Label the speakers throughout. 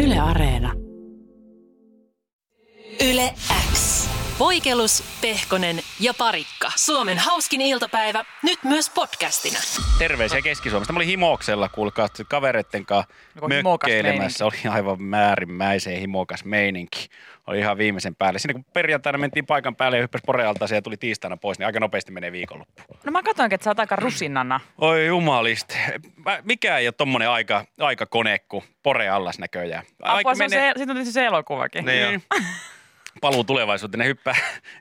Speaker 1: Yle Areena.
Speaker 2: Yle X. Voikelus, Pehkonen ja Parikka. Suomen hauskin iltapäivä, nyt myös podcastina.
Speaker 3: Terveisiä Keski-Suomesta. Mä olin himoksella, kuulkaa, sitten kavereitten kanssa
Speaker 4: Joku himokas
Speaker 3: mökkeilemässä. Oli aivan määrimmäisen himokas meininki. Oli ihan viimeisen päälle. Siinä kun perjantaina mentiin paikan päälle ja hyppäsi porealta ja tuli tiistaina pois, niin aika nopeasti menee viikonloppu.
Speaker 4: No mä katsoinkin, että sä oot aika rusinana.
Speaker 3: Oi jumalista. Mä- Mikä ei ole tommonen aika, aika kone kuin poreallas näköjään.
Speaker 4: Apua, se on se, siitä on tietysti se elokuvakin.
Speaker 3: Niin. Paluu tulevaisuuteen, ne hyppää,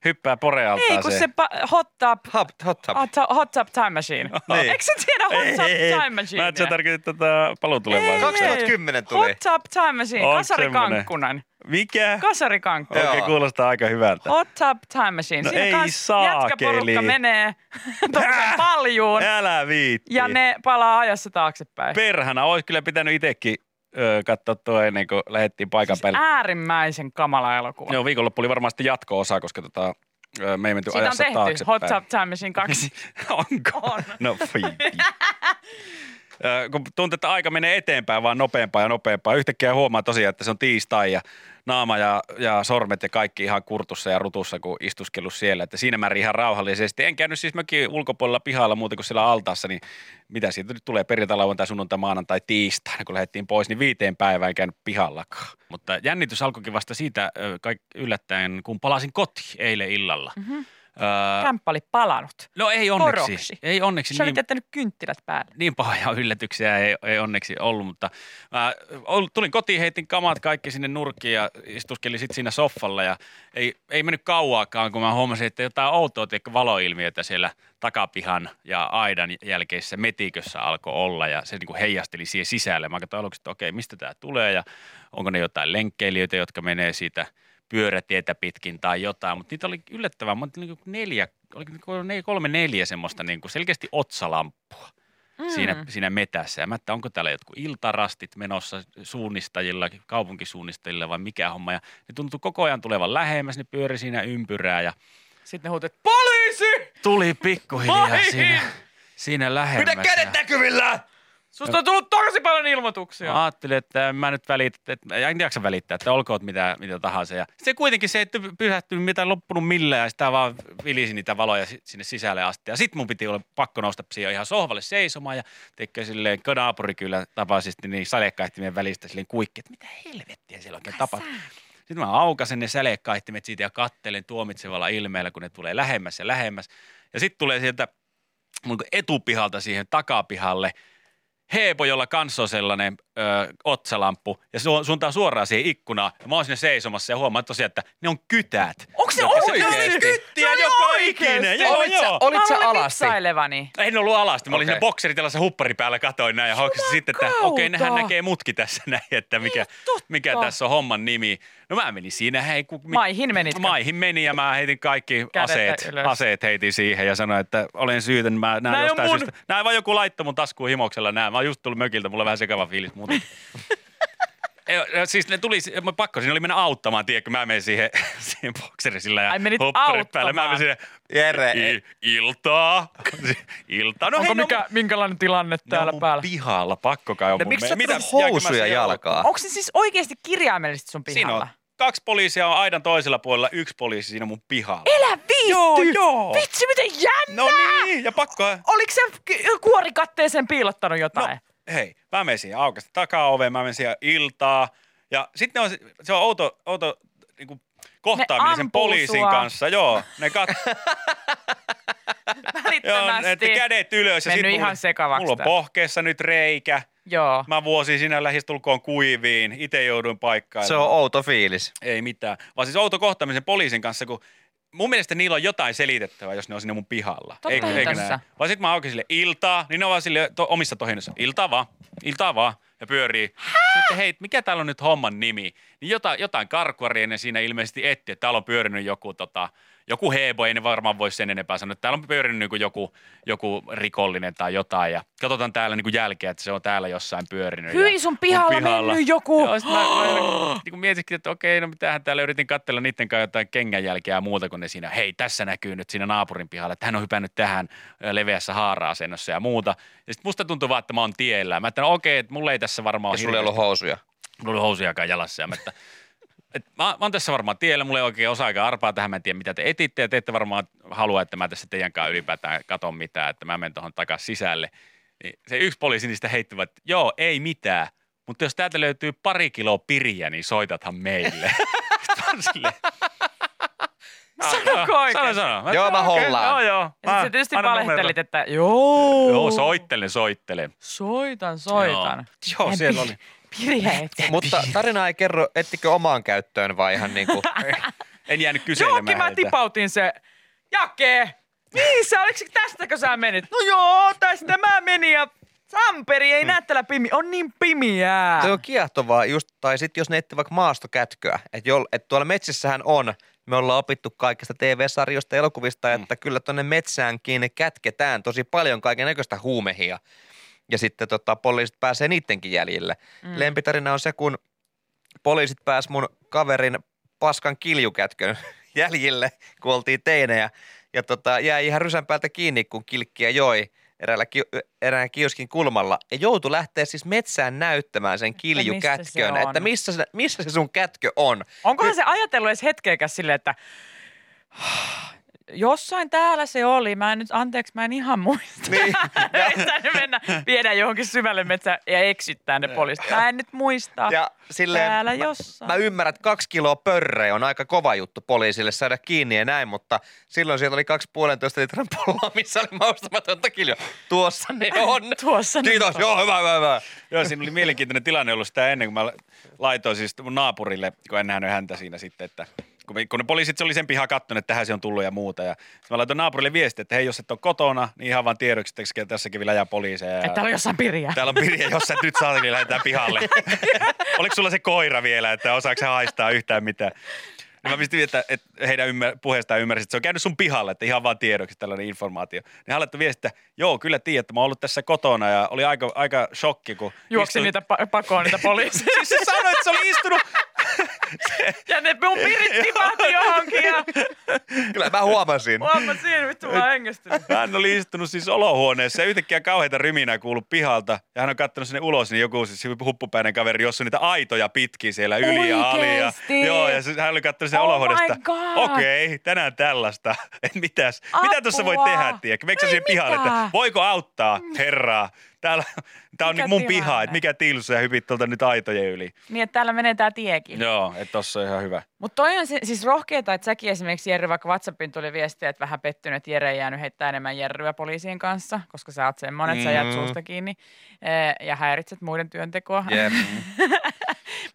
Speaker 3: hyppää porealtaan.
Speaker 4: Ei, kun se pa- hot tub,
Speaker 5: Hot, hot tub.
Speaker 4: hot, tub- hot tub time machine.
Speaker 5: Niin.
Speaker 4: Eikö sä tiedä hot tub time machine?
Speaker 3: Mä et sä tarkoitit tätä paluu tulevaisuuteen.
Speaker 5: 2010 tuli.
Speaker 4: Hot tub time machine,
Speaker 3: On
Speaker 4: Kasari
Speaker 3: semmonen.
Speaker 4: Kankkunen.
Speaker 3: Mikä?
Speaker 4: Kasari Kankkunen.
Speaker 3: Okei,
Speaker 5: Joo.
Speaker 3: kuulostaa aika hyvältä.
Speaker 4: Hot tub time machine.
Speaker 3: No
Speaker 4: Siinä
Speaker 3: ei Äh!
Speaker 4: kans
Speaker 3: saakeli.
Speaker 4: jätkäporukka menee tuollaiseen paljuun
Speaker 3: Älä viitti.
Speaker 4: ja ne palaa ajassa taaksepäin.
Speaker 3: Perhana, olisi kyllä pitänyt itsekin ö, katsoa tuo ennen kuin lähdettiin paikan
Speaker 4: Siis
Speaker 3: päälle.
Speaker 4: äärimmäisen kamala elokuva.
Speaker 3: Joo, viikonloppu oli varmaan sitten jatko-osa, koska tota, ö, me ei menty
Speaker 4: Siitä on
Speaker 3: ajassa
Speaker 4: tehty
Speaker 3: taaksepäin. Niin.
Speaker 4: Hot Tub Time Machine 2.
Speaker 3: Onko?
Speaker 4: Siis On.
Speaker 3: No fii. Ö, kun tuntuu, että aika menee eteenpäin vaan nopeampaa ja nopeampaa. Yhtäkkiä huomaa tosiaan, että se on tiistai ja naama ja, ja sormet ja kaikki ihan kurtussa ja rutussa, kun istuskellut siellä. Että siinä määrin ihan rauhallisesti. En käynyt siis mökin ulkopuolella pihalla muuta kuin siellä altaassa, niin mitä siitä nyt tulee perjantai, lauantai, sunnuntai, maanantai, tiistaina, kun lähdettiin pois, niin viiteen päivään en käynyt pihallakaan. Mutta jännitys alkoikin vasta siitä ö, kaik- yllättäen, kun palasin kotiin eilen illalla. Mm-hmm. Öö,
Speaker 4: Kämppä oli palanut.
Speaker 3: no ei onneksi.
Speaker 4: poroksi.
Speaker 3: Ei onneksi.
Speaker 4: Sä olit jättänyt kynttilät päälle.
Speaker 3: niin pahoja yllätyksiä ei, ei onneksi ollut, mutta mä ol- tulin kotiin, heitin kamat kaikki sinne nurkkiin ja istuskelin sitten siinä soffalla ja ei, ei mennyt kauaakaan, kun mä huomasin, että jotain outoa tiedätkö, valoilmiötä siellä takapihan ja aidan jälkeisessä metikössä alkoi olla ja se niin kuin heijasteli siihen sisälle. Mä katsoin aluksi, että okei, mistä tämä tulee ja onko ne jotain lenkkeilijöitä, jotka menee siitä pyörätietä pitkin tai jotain, mutta niitä oli yllättävän, monta, niin kuin neljä, oliko ne kolme neljä semmoista niin kuin selkeästi otsalamppua siinä, siinä metässä. Ja mä, että onko täällä jotkut iltarastit menossa suunnistajilla, kaupunkisuunnistajilla vai mikä homma. Ja ne tuntui koko ajan tulevan lähemmäs, ne pyöri siinä ympyrää ja
Speaker 4: Sitten ne huutit, poliisi!
Speaker 3: tuli pikkuhiljaa
Speaker 4: Vai!
Speaker 3: siinä, siinä lähemmäs.
Speaker 5: Pidä kädet
Speaker 3: ja
Speaker 5: näkyvillä!
Speaker 4: Susta on tullut tosi paljon ilmoituksia.
Speaker 3: Mä ajattelin, että en mä nyt välitä, että en jaksa välittää, että olkoot mitä, mitä tahansa. Ja se kuitenkin se ei ty- pysähtynyt mitään loppunut millään ja sitä vaan vilisi niitä valoja si- sinne sisälle asti. Ja sit mun piti olla pakko nousta siihen ihan sohvalle seisomaan ja teikö silleen naapurikylän tapaisesti niin sälekkaihtimien välistä silleen kuikki, että mitä helvettiä siellä oikein tapahtuu. Sitten mä aukasen ne sälekkaihtimet siitä ja kattelen tuomitsevalla ilmeellä, kun ne tulee lähemmäs ja lähemmäs. Ja sitten tulee sieltä mun niinku etupihalta siihen takapihalle Heepo, jolla kanssa on sellainen ö, otsalamppu, ja se on suuntaa suoraan siihen ikkunaan. Ja mä oon siinä seisomassa ja huomaan tosiaan, että ne on kytät.
Speaker 4: Onko se
Speaker 3: Jotka-
Speaker 4: oikeesti?
Speaker 3: Se oli
Speaker 4: Se
Speaker 3: kyttiä
Speaker 4: oli
Speaker 3: joka
Speaker 4: oikeesti.
Speaker 3: ikinen. Joo,
Speaker 5: Olit sä-
Speaker 3: joo.
Speaker 5: olit sä
Speaker 4: mä luulin
Speaker 5: alasti?
Speaker 4: vitsailevani.
Speaker 3: En ollut alasti. Mä olin
Speaker 5: Okei.
Speaker 3: siinä bokseritelassa huppari päällä, katoin näin ja hoksin sitten, että
Speaker 4: Jumakauta.
Speaker 3: okei, nehän näkee mutki tässä näin, että mikä,
Speaker 4: Niin, totta.
Speaker 3: mikä tässä on homman nimi. No mä menin siinä, hei, kun, mi-
Speaker 4: Maihin menitkö?
Speaker 3: Maihin meni ja mä heitin kaikki
Speaker 4: Kädet
Speaker 3: aseet,
Speaker 4: ylös.
Speaker 3: aseet heitin siihen ja sanoin, että olen syytön. Mä,
Speaker 4: Nää
Speaker 3: nää
Speaker 4: ei oo
Speaker 3: jostain
Speaker 4: mun.
Speaker 3: syystä, nää vaan joku laittoi mun taskuun himoksella nää. Mä oon just tullut mökiltä, mulla on vähän sekava fiilis muuten. Ei, ö, siis ne tuli, mä pakko, siinä oli mennä auttamaan, tiedätkö, mä menin siihen, siihen bokserisilla ja
Speaker 4: Ai, menit
Speaker 3: hopparit päälle. Mä menin
Speaker 4: auttamaan.
Speaker 3: siihen,
Speaker 5: Jere,
Speaker 3: I, iltaa, iltaa. No
Speaker 4: Onko
Speaker 3: hei, no
Speaker 4: mikä, minkälainen tilanne
Speaker 3: ne on
Speaker 4: täällä
Speaker 3: mun
Speaker 4: päällä?
Speaker 3: no pihalla, pakko kai on
Speaker 5: no,
Speaker 3: mun
Speaker 5: miksi
Speaker 3: me-
Speaker 5: sä
Speaker 3: Mitä-
Speaker 5: Mitä housuja
Speaker 3: jääkö mä siellä-
Speaker 5: jalkaa?
Speaker 4: Onko se siis oikeasti kirjaimellisesti sun
Speaker 3: Siinä
Speaker 4: pihalla?
Speaker 3: on kaksi poliisia on aidan toisella puolella, yksi poliisi siinä mun pihalla.
Speaker 4: Älä viitty!
Speaker 3: Joo, joo.
Speaker 4: Vitsi, miten jännä!
Speaker 3: No niin, ja pakko.
Speaker 4: Oliko se k- kuorikatteeseen piilottanut jotain?
Speaker 3: No, hei, mä menin siihen aukasin takaoveen, mä menin siihen iltaa. Ja sitten on, se- se on outo, outo niin kuin kohtaaminen sen
Speaker 4: ampuu
Speaker 3: poliisin
Speaker 4: sua.
Speaker 3: kanssa. Joo, ne kat, joo, ne
Speaker 4: Välittömästi.
Speaker 3: te kädet ylös. ja
Speaker 4: Mennyt
Speaker 3: sit mulla-
Speaker 4: ihan sekavaksi
Speaker 3: Mulla on
Speaker 4: tää.
Speaker 3: pohkeessa nyt reikä.
Speaker 4: Joo.
Speaker 3: Mä vuosi siinä lähestulkoon kuiviin. Itse jouduin paikkaan.
Speaker 5: Se on outo fiilis.
Speaker 3: Ei mitään. Vaan siis outo kohtaamisen poliisin kanssa, kun mun mielestä niillä on jotain selitettävää, jos ne on sinne mun pihalla.
Speaker 4: Totta hitossa.
Speaker 3: näin? Vaan sit mä aukin sille iltaa, niin ne on vaan sille to, omissa tohinnoissa. Iltaa vaan, iltaa vaan. Ja pyörii. Sitten hei, mikä täällä on nyt homman nimi? Niin jotain, jotain karkuaria ne siinä ilmeisesti etti, että täällä on pyörinyt joku tota, joku heebo, ei ne varmaan voi sen enempää sanoa. että Täällä on pyörinyt niinku joku, joku rikollinen tai jotain ja katsotaan täällä niinku jälkeä, että se on täällä jossain pyörinyt. ja
Speaker 4: Hyi, sun
Speaker 3: mun
Speaker 4: pihalla mennyt joku.
Speaker 3: Joo, sit mä, mä niin mietinkin, että okei, no mitähän täällä yritin katsella niiden kanssa jotain kengänjälkeä ja muuta kuin ne siinä, hei tässä näkyy nyt siinä naapurin pihalla, että hän on hypännyt tähän ö, leveässä haara-asennossa ja muuta. Ja sitten musta tuntuu vaan, että mä oon tiellä. Mä ajattelin, no okei, että mulla ei tässä varmaan
Speaker 5: Ja
Speaker 3: ole
Speaker 5: sulla ei ollut
Speaker 3: hirveästi-
Speaker 5: housuja.
Speaker 3: Mulla oli housiakaan jalassa ja mä, että, et, mä, mä oon tässä varmaan tiellä, mulla ei oikein osaa eikä arpaa tähän, mä en tiedä mitä te etitte ja te ette varmaan halua, että mä tässä teidän kanssa ylipäätään katon mitään, että mä menen tuohon takaisin sisälle. Niin se yksi poliisi niistä heitti, vaan, että joo, ei mitään, mutta jos täältä löytyy pari kiloa piriä, niin soitathan meille. Mä oon silleen,
Speaker 4: Sanoko
Speaker 3: "Joo,
Speaker 4: oikein?
Speaker 3: Sano, sano. Mä-
Speaker 5: Joo, mä
Speaker 3: okei,
Speaker 5: hollaan.
Speaker 3: Joo, joo.
Speaker 4: Ja
Speaker 3: Mä
Speaker 4: sit sä tietysti
Speaker 3: annan numeron.
Speaker 4: valehtelit, että joo.
Speaker 3: Joo, soittelen, soittelen.
Speaker 4: Soitan, soitan.
Speaker 3: Joo,
Speaker 4: Ja
Speaker 3: siellä
Speaker 4: pi-
Speaker 3: oli.
Speaker 4: Pirjeet.
Speaker 5: Mutta tarina ei kerro, ettikö omaan käyttöön vai ihan niin kuin...
Speaker 3: En jäänyt kyselemään
Speaker 4: Johonkin mä
Speaker 3: heiltä.
Speaker 4: tipautin se. Jake! Niin sä, oliko se tästäkö sä menit? No joo, tästä mä menin ja Samperi ei näe täällä pimi. On niin pimiää.
Speaker 5: Hmm. Se on kiehtovaa just, tai sitten jos ne ette vaikka maastokätköä, että et tuolla metsissähän on, me ollaan opittu kaikista TV-sarjoista ja elokuvista,
Speaker 3: Mm.
Speaker 5: että kyllä tuonne metsäänkin kätketään tosi paljon kaiken näköistä huumehia. Ja sitten tota, poliisit pääsee niidenkin jäljille. Mm. Lempitarina on se, kun poliisit pääs mun kaverin paskan kiljukätkön jäljille, kun oltiin teinejä. Ja tota, jäi ihan rysän päältä kiinni, kun kilkkiä joi eräällä, ki- erään kioskin kulmalla. Ja joutui lähteä siis metsään näyttämään sen
Speaker 4: missä se
Speaker 5: kiljukätkön,
Speaker 4: on?
Speaker 5: että missä se, missä se sun kätkö on.
Speaker 4: Onkohan se ajatellut edes hetkeäkäs silleen, että jossain täällä se oli. Mä en nyt, anteeksi, mä en ihan muista. Niin. Yrittänyt mennä, viedä johonkin syvälle metsään ja eksyttää ne poliisit. Mä en nyt muista.
Speaker 5: Ja silleen,
Speaker 4: täällä
Speaker 5: mä-
Speaker 4: jossain.
Speaker 5: Mä ymmärrän, että kaksi kiloa pörreä on aika kova juttu poliisille saada kiinni ja näin, mutta silloin sieltä oli kaksi puolentoista litran pulloa, missä oli maustamatonta kiljoa. Tuossa ne on.
Speaker 4: Tuossa ne
Speaker 5: Kiitos,
Speaker 4: on.
Speaker 5: joo, hyvä, hyvä, hyvä.
Speaker 3: Joo, siinä oli mielenkiintoinen tilanne ollut sitä ennen, kun mä laitoin siis mun naapurille, kun en nähnyt häntä siinä sitten, että kun, me, kun ne poliisit se oli sen pihaa kattonut, että tähän se on tullut ja muuta. Ja sit mä laitoin naapurille viestiä, että hei, jos et ole kotona, niin ihan vaan tiedoksi, että tässä- tässäkin vielä jää poliiseja. Ja
Speaker 4: Että täällä on jossain pirjää.
Speaker 3: täällä on pirje, jos sä et nyt saa, niin lähdetään pihalle. Oliko sulla se koira vielä, että osaako se haistaa yhtään mitään? Niin mä pistin, että, että heidän ymmär, puheestaan ymmärsit, että se on käynyt sun pihalle, että ihan vaan tiedoksi tällainen informaatio. Niin hän laittoi viestiä, että joo, kyllä tiedät, että mä oon ollut tässä kotona ja oli aika, aika shokki, kun
Speaker 4: Juoksin niitä pa- pakoon niitä poliiseja.
Speaker 3: Siis se sanoi, että se oli istunut.
Speaker 4: ja ne mun pirit tipahti johonkin ja
Speaker 5: Kyllä mä huomasin.
Speaker 4: huomasin, vittu mä oon hengästynyt.
Speaker 3: Hän oli istunut siis olohuoneessa ja yhtäkkiä kauheita ryminää kuullut pihalta. Ja hän on katsonut sinne ulos, niin joku siis huppupäinen kaveri, jossa on niitä aitoja pitkiä siellä yli ja ali. Ja,
Speaker 4: Oikeesti?
Speaker 3: joo, ja se, hän oli katsonut sen
Speaker 4: Oh my
Speaker 3: olohuoneesta.
Speaker 4: God.
Speaker 3: Okei, okay, tänään tällaista. Et mitäs, mitä tuossa voi
Speaker 4: Apua.
Speaker 3: tehdä, tiedätkö? Meikö sä
Speaker 4: Ei
Speaker 3: siihen pihalle, että
Speaker 4: mitään.
Speaker 3: voiko auttaa herraa? Täällä, tää on
Speaker 4: Mikä
Speaker 3: niin mun
Speaker 4: tilanne?
Speaker 3: piha, että mikä tilsu ja hypit tuolta nyt aitojen yli.
Speaker 4: Niin, että täällä menee tää tiekin.
Speaker 3: Joo, että tossa on ihan hyvä.
Speaker 4: Mutta toi on se, siis rohkeeta, että säkin esimerkiksi Jerry, vaikka WhatsAppiin tuli viestiä, että vähän pettynyt, että Jere ei jäänyt heittää enemmän Jerryä poliisien kanssa, koska sä oot semmoinen, että sä jäät
Speaker 5: Mm.
Speaker 4: suusta kiinni ee, ja häiritset muiden työntekoa.
Speaker 5: Jep.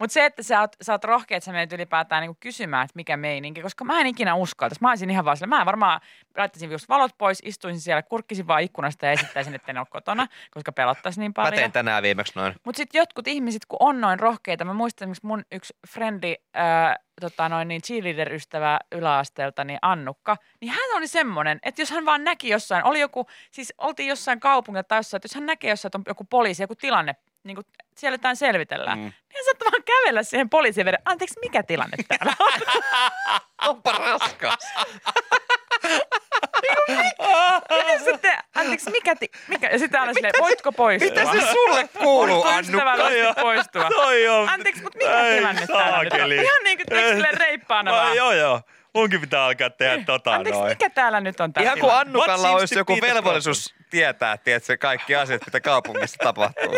Speaker 4: Mutta se, että sä oot, sä oot rohkea, että sä menet ylipäätään niinku kysymään, että mikä meininki, koska mä en ikinä uskaltaisi. Mä olisin ihan vaan sillä, mä varmaan laittaisin just valot pois, istuisin siellä, kurkkisin vaan ikkunasta ja esittäisin, että en ole kotona, koska pelottaisi niin
Speaker 5: Mä
Speaker 4: paljon.
Speaker 5: tein tänään viimeksi noin.
Speaker 4: Mutta sitten jotkut ihmiset, kun on noin rohkeita, mä muistan esimerkiksi mun yksi frendi, ää, tota noin niin cheerleader-ystävä yläasteelta, niin Annukka, niin hän oli semmoinen, että jos hän vaan näki jossain, oli joku, siis oltiin jossain kaupungilla tai jossain, että jos hän näkee jossain, että on joku poliisi, joku tilanne, niin kuin siellä jotain selvitellään, mm.
Speaker 3: Mm.
Speaker 4: niin hän saattoi vaan kävellä siihen poliisiin verran, anteeksi, mikä tilanne täällä on?
Speaker 5: Onpa raskas.
Speaker 4: ja sitten, anteeksi, mikä, ti- mikä? ja sitten aina silleen, voitko poistua?
Speaker 5: Mitä se sulle kuuluu,
Speaker 4: Voitko
Speaker 5: Annu?
Speaker 4: ystävällisesti poistua?
Speaker 3: Toi on.
Speaker 4: Anteeksi, mutta mikä
Speaker 3: Ei
Speaker 4: tilanne täällä nyt on?
Speaker 3: saakeli.
Speaker 4: Ihan niin kuin tekstille reippaana
Speaker 3: Ai,
Speaker 4: vaan. Eh,
Speaker 3: Joo, joo. Munkin pitää alkaa tehdä tota
Speaker 4: Anteeksi,
Speaker 3: noin.
Speaker 4: mikä täällä nyt on täällä?
Speaker 5: Ihan kuin Annukalla
Speaker 3: What seems
Speaker 5: olisi
Speaker 3: to
Speaker 5: joku
Speaker 3: be the
Speaker 5: velvollisuus tietää, tiedätkö, kaikki asiat, mitä kaupungissa tapahtuu.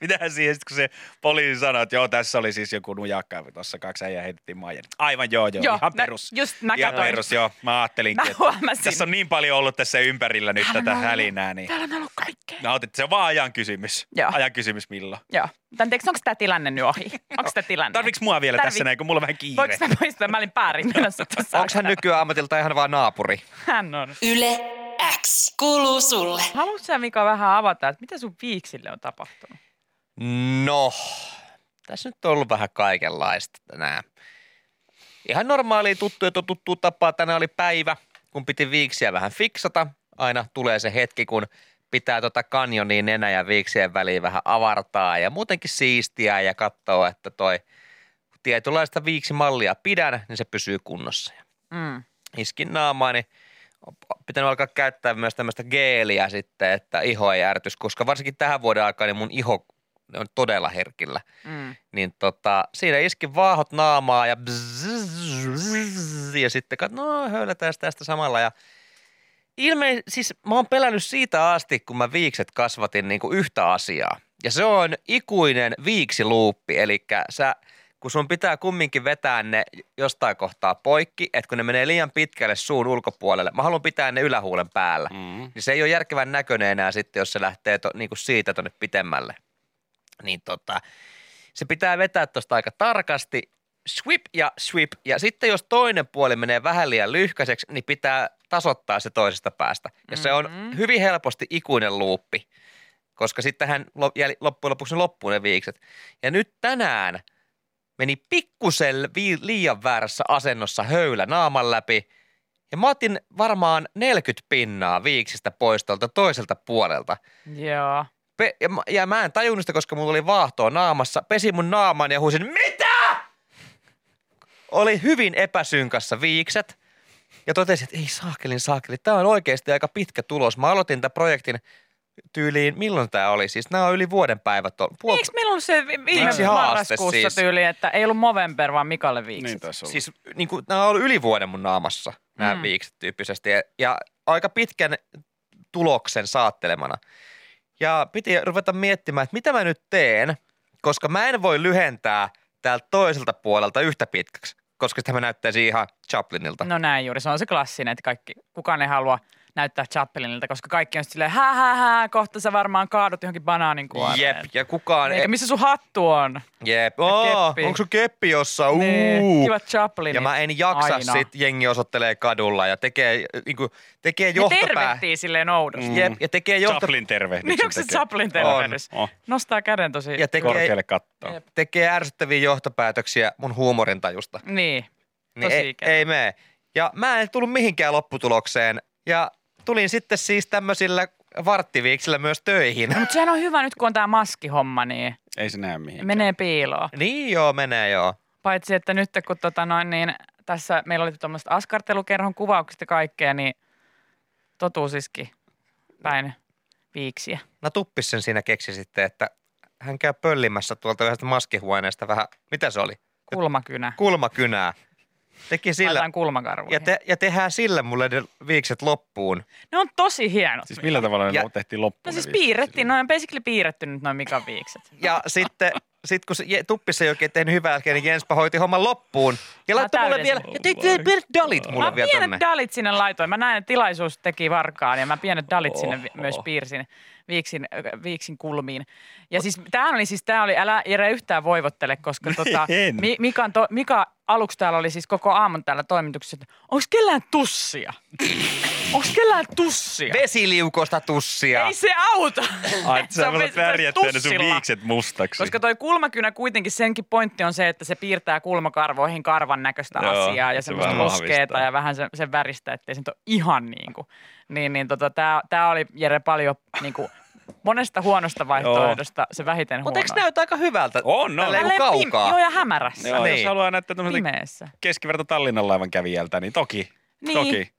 Speaker 3: Mitähän siihen sit, kun se poliisi sanoi, että joo, tässä oli siis joku nujakka, tuossa kaksi äijää heitettiin maijan. Aivan joo, joo,
Speaker 4: Joo,
Speaker 3: joo ihan
Speaker 4: nä-
Speaker 3: perus.
Speaker 4: just mä
Speaker 3: ihan
Speaker 4: katsoin.
Speaker 3: perus, joo. Mä ajattelinkin,
Speaker 4: Mä
Speaker 3: että
Speaker 4: huomasin.
Speaker 3: tässä on niin paljon ollut tässä ympärillä nyt
Speaker 4: Täällä
Speaker 3: tätä
Speaker 4: on ollut-
Speaker 3: hälinää, niin
Speaker 4: Täällä on ollut kaikkea.
Speaker 3: no, otit, se on vaan ajan kysymys.
Speaker 4: Joo.
Speaker 3: Ajan kysymys milloin.
Speaker 4: Joo. Mutta Anteeksi, onko tämä tilanne nyt ohi? Onko tämä tilanne?
Speaker 3: Tarviks mua vielä
Speaker 4: Tarvi-
Speaker 3: tässä näin, kun mulla on vähän kiire?
Speaker 4: Voiko mä poistaa? Mä olin päärin menossa tuossa.
Speaker 5: Onko hän nykyään ammatilta ihan vaan naapuri?
Speaker 4: Hän on.
Speaker 2: Yle X kuuluu sulle.
Speaker 4: Haluatko sä Mika vähän avata, että mitä sun viiksille on tapahtunut?
Speaker 5: No, tässä nyt on ollut vähän kaikenlaista tänään. Ihan normaali tuttu ja tuttu tapaa. Tänään oli päivä, kun piti viiksiä vähän fiksata. Aina tulee se hetki, kun pitää tota kanjoniin nenä ja viiksien väliin vähän avartaa ja muutenkin siistiä ja katsoa, että toi kun tietynlaista viiksimallia pidän, niin se pysyy kunnossa. Ja
Speaker 4: Mm.
Speaker 5: Iskin naamaani, on pitänyt alkaa käyttää myös tämmöistä geeliä sitten, että iho ei ärtys, koska varsinkin tähän vuoden aikaan niin mun iho ne on todella herkillä.
Speaker 4: Mm.
Speaker 5: Niin tota, siinä iski vaahot naamaa ja bzzz, bzzz, ja sitten kat, no höylätään tästä samalla ja Ilme, siis mä oon pelännyt siitä asti, kun mä viikset kasvatin niin kuin yhtä asiaa. Ja se on ikuinen viiksiluuppi, eli sä, kun sun pitää kumminkin vetää ne jostain kohtaa poikki, että kun ne menee liian pitkälle suun ulkopuolelle, mä haluan pitää ne ylähuulen päällä.
Speaker 3: Mm.
Speaker 5: Niin se ei ole järkevän näköinen enää sitten, jos se lähtee to, niin kuin siitä tonne pitemmälle. Niin tota, se pitää vetää tuosta aika tarkasti, sweep ja sweep. Ja sitten jos toinen puoli menee vähän liian lyhkäiseksi, niin pitää tasoittaa se toisesta päästä. Ja se on
Speaker 4: Mhm.
Speaker 5: hyvin helposti ikuinen luuppi, koska sittenhän lo- jäl- loppujen lopuksi ne loppuu ne viikset. Ja nyt tänään meni pikkusen vi- liian väärässä asennossa höylä naaman läpi. Ja mä otin varmaan 40 pinnaa viiksistä pois tuolta toiselta puolelta.
Speaker 4: Joo.
Speaker 5: Pe- ja, mä, ja mä en tajunnut sitä, koska mulla oli vaahtoa naamassa. Pesin mun naaman ja huusin, mitä? Oli hyvin epäsynkassa viikset. Ja totesin, että ei saakelin saakeli, tämä on oikeasti aika pitkä tulos. Mä aloitin tämän projektin tyyliin, milloin tämä oli? Siis nämä on yli vuoden päivät. on- Puol-
Speaker 4: Eikö meillä ollut se vi- viime
Speaker 5: Miksi haaste
Speaker 4: marraskuussa
Speaker 5: siis?
Speaker 4: tyyli, että ei ollut Movember, vaan Mikalle
Speaker 3: Niin
Speaker 4: viikset?
Speaker 3: taisi olla.
Speaker 5: siis niin kuin, nämä on ollut yli vuoden mun naamassa, nämä
Speaker 4: Mm.
Speaker 5: mm. viikset tyyppisesti. Ja, ja aika pitkän tuloksen saattelemana. Ja piti ruveta miettimään, että mitä mä nyt teen, koska mä en voi lyhentää täältä toiselta puolelta yhtä pitkäksi, koska sitä mä näyttäisi ihan Chaplinilta.
Speaker 4: No näin juuri, se on se klassinen, että kaikki, kukaan ei halua näyttää Chapelinilta, koska kaikki on sit silleen hää, hää, hää, kohta sä varmaan kaadut johonkin banaaninkuoreen.
Speaker 5: Jep, ja kukaan...
Speaker 4: Eikä missä sun hattu on?
Speaker 5: Jep. Aa,
Speaker 4: keppi.
Speaker 5: onko sun keppi jossain?
Speaker 4: Ne,
Speaker 5: Uu.
Speaker 4: kivat Chaplinit.
Speaker 5: Ja mä en jaksa
Speaker 4: aina.
Speaker 5: sit, jengi osoittelee kadulla ja tekee, niin kuin, tekee
Speaker 4: Ne
Speaker 5: johtopää...
Speaker 4: tervehtii silleen oudosti.
Speaker 3: Mm.
Speaker 5: Jep, ja tekee johtopää...
Speaker 3: Chaplin tervehdyksen
Speaker 4: Niin onko se
Speaker 3: tekee.
Speaker 4: Chaplin tervehdys?
Speaker 3: On, on.
Speaker 4: Nostaa käden tosi.
Speaker 5: Ja tekee,
Speaker 3: Korkealle kattoon.
Speaker 4: Jep.
Speaker 5: tekee ärsyttäviä johtopäätöksiä mun huumorintajusta.
Speaker 4: Niin.
Speaker 5: Niin
Speaker 4: Tosi
Speaker 5: ei,
Speaker 4: ikävä.
Speaker 5: ei mene. Ja mä en tullut mihinkään lopputulokseen. Ja tulin sitten siis tämmöisillä varttiviiksillä myös töihin.
Speaker 4: Mutta sehän on hyvä nyt, kun on tämä maskihomma, niin
Speaker 3: Ei se näe mihinkään.
Speaker 4: menee piiloon.
Speaker 5: niin joo, menee joo.
Speaker 4: Paitsi, että nyt kun tota noin, niin tässä meillä oli tuommoista askartelukerhon kuvauksista ja kaikkea, niin totuus iski päin viiksiä.
Speaker 5: No tuppis sen siinä keksi sitten, että hän käy pöllimässä tuolta yhdestä maskihuoneesta vähän, mitä se oli?
Speaker 4: Kulmakynä.
Speaker 5: Kulmakynää. Teki sillä.
Speaker 4: Laitetaan kulmakarvoihin.
Speaker 5: Ja, te, ja tehdään sillä mulle ne viikset loppuun.
Speaker 4: Ne on tosi hienot.
Speaker 3: Siis millä tavalla ne
Speaker 5: Ja-
Speaker 3: tehtiin loppuun?
Speaker 4: No
Speaker 3: ne
Speaker 4: siis
Speaker 3: viikset
Speaker 4: piirrettiin,
Speaker 3: silloin?
Speaker 4: noin basically piirretty nyt noin Mikan viikset.
Speaker 5: Ja sitten sit kun se Je- tuppis ei oikein tehnyt hyvää jälkeen, niin Jenspa hoiti homman loppuun. Ja
Speaker 4: Mä
Speaker 5: laittoi mulle vielä,
Speaker 4: täydensin.
Speaker 5: ja teit vielä pienet dalit mulle
Speaker 4: Mä
Speaker 5: vielä
Speaker 4: pienet
Speaker 5: tonne.
Speaker 4: dalit sinne laitoin. Mä näin, että tilaisuus teki varkaan ja mä pienet dalit sinne vi-
Speaker 5: Oho.
Speaker 4: myös piirsin viiksin, ö, viiksin kulmiin. Ja siis tämähän oli siis, tää oli, älä Jere yhtään voivottele, koska tota,
Speaker 3: en.
Speaker 4: Mi- Mikan to, Mika aluksi täällä oli siis koko aamun täällä toimituksessa, että onko kellään tussia? onko kellään tussia?
Speaker 5: Vesiliukosta tussia.
Speaker 4: Ei se auta.
Speaker 3: Ai,
Speaker 4: Se
Speaker 3: sä
Speaker 4: on
Speaker 3: voit
Speaker 4: ves- se on
Speaker 3: värjättää sun
Speaker 4: tussilla.
Speaker 3: viikset mustaksi.
Speaker 4: Koska toi kulmakynä kuitenkin, senkin pointti on se, että se piirtää kulmakarvoihin karvan näköistä
Speaker 3: Joo,
Speaker 4: asiaa ja
Speaker 3: se
Speaker 4: semmoista
Speaker 3: vähän
Speaker 4: muskeeta
Speaker 3: vahvistaa.
Speaker 4: ja vähän sen, sen väristä, ettei se nyt ole ihan niin kuin. Niin, niin tota, tää, tää oli Jere paljon niin kuin, monesta huonosta vaihtoehdosta se vähiten huono.
Speaker 5: Mutta eikö näytä aika hyvältä?
Speaker 3: On, on.
Speaker 5: Tälleen
Speaker 3: Tälleen
Speaker 5: kun niinku kaukaa.
Speaker 4: Joo, ja hämärässä.
Speaker 3: Joo,
Speaker 5: Niin.
Speaker 3: jos haluaa näyttää tämmöiseltä
Speaker 4: Pimeässä.
Speaker 3: keskiverto Tallinnan laivan kävijältä, niin toki.
Speaker 4: Niin.
Speaker 3: Toki.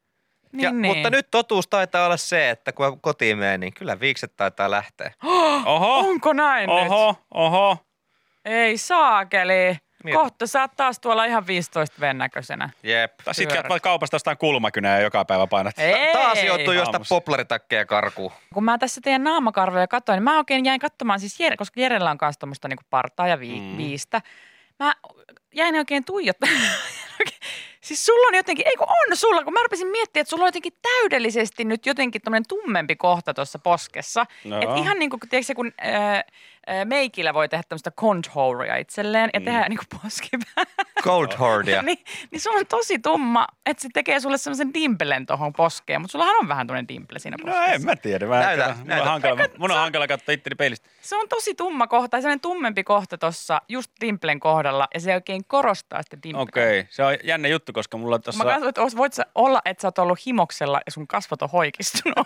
Speaker 4: Niin,
Speaker 5: ja,
Speaker 4: niin.
Speaker 5: Mutta nyt totuus taitaa olla se, että kun mä kotiin menen, niin kyllä viikset taitaa lähteä.
Speaker 3: Oho,
Speaker 4: Ah, Onko näin nyt?
Speaker 3: oho, oho.
Speaker 4: Ei saakeli.
Speaker 5: Mieti.
Speaker 4: Kohta sä oot taas tuolla ihan 15 ven näköisenä.
Speaker 5: Jep.
Speaker 3: Tai sit
Speaker 4: Pyörät.
Speaker 3: käyt vaan kaupasta jostain kulmakynää ja joka päivä painat.
Speaker 4: Ei.
Speaker 5: Taas joutuu jostain
Speaker 3: Aamusta.
Speaker 5: poplaritakkeja karkuun.
Speaker 4: kun mä tässä teidän naamakarvoja katsoin, niin mä oikein jäin katsomaan, siis Jere, koska Jerellä on myös tuommoista niinku partaa ja vi-
Speaker 3: Mm.
Speaker 4: mm. viistä. Mä jäin oikein tuijottamaan. siis sulla on jotenkin, ei kun on sulla, kun mä rupesin miettimään, että sulla on jotenkin täydellisesti nyt jotenkin tämmöinen tummempi kohta tuossa poskessa.
Speaker 3: No.
Speaker 4: Et ihan niin kuin, tiedätkö, se, kun ää, ää, meikillä voi tehdä tämmöistä contouria itselleen ja
Speaker 3: Mm.
Speaker 4: tehdä niin kuin poskipää,
Speaker 5: Gold hordia.
Speaker 4: niin, niin sulla on tosi tumma, että se tekee sulle semmoisen dimpelen tuohon poskeen, mutta sullahan on vähän tuommoinen dimple siinä
Speaker 3: No
Speaker 4: poskessa.
Speaker 3: en mä tiedä. Mä
Speaker 5: Näytä,
Speaker 3: näytä, mun, on
Speaker 5: näytä.
Speaker 3: hankala, mun on hankala katsoa itteni peilistä.
Speaker 4: Se on tosi tumma kohta, ja sellainen tummempi kohta tuossa just dimplen kohdalla, ja se oikein korostaa sitä dimpleä.
Speaker 3: Okei, okay. se on jännä juttu, koska mulla on
Speaker 4: Niin. Mä
Speaker 3: tossa...
Speaker 4: katsoin, että ois- voit sä olla, että sä oot ollut himoksella ja sun kasvot on hoikistunut.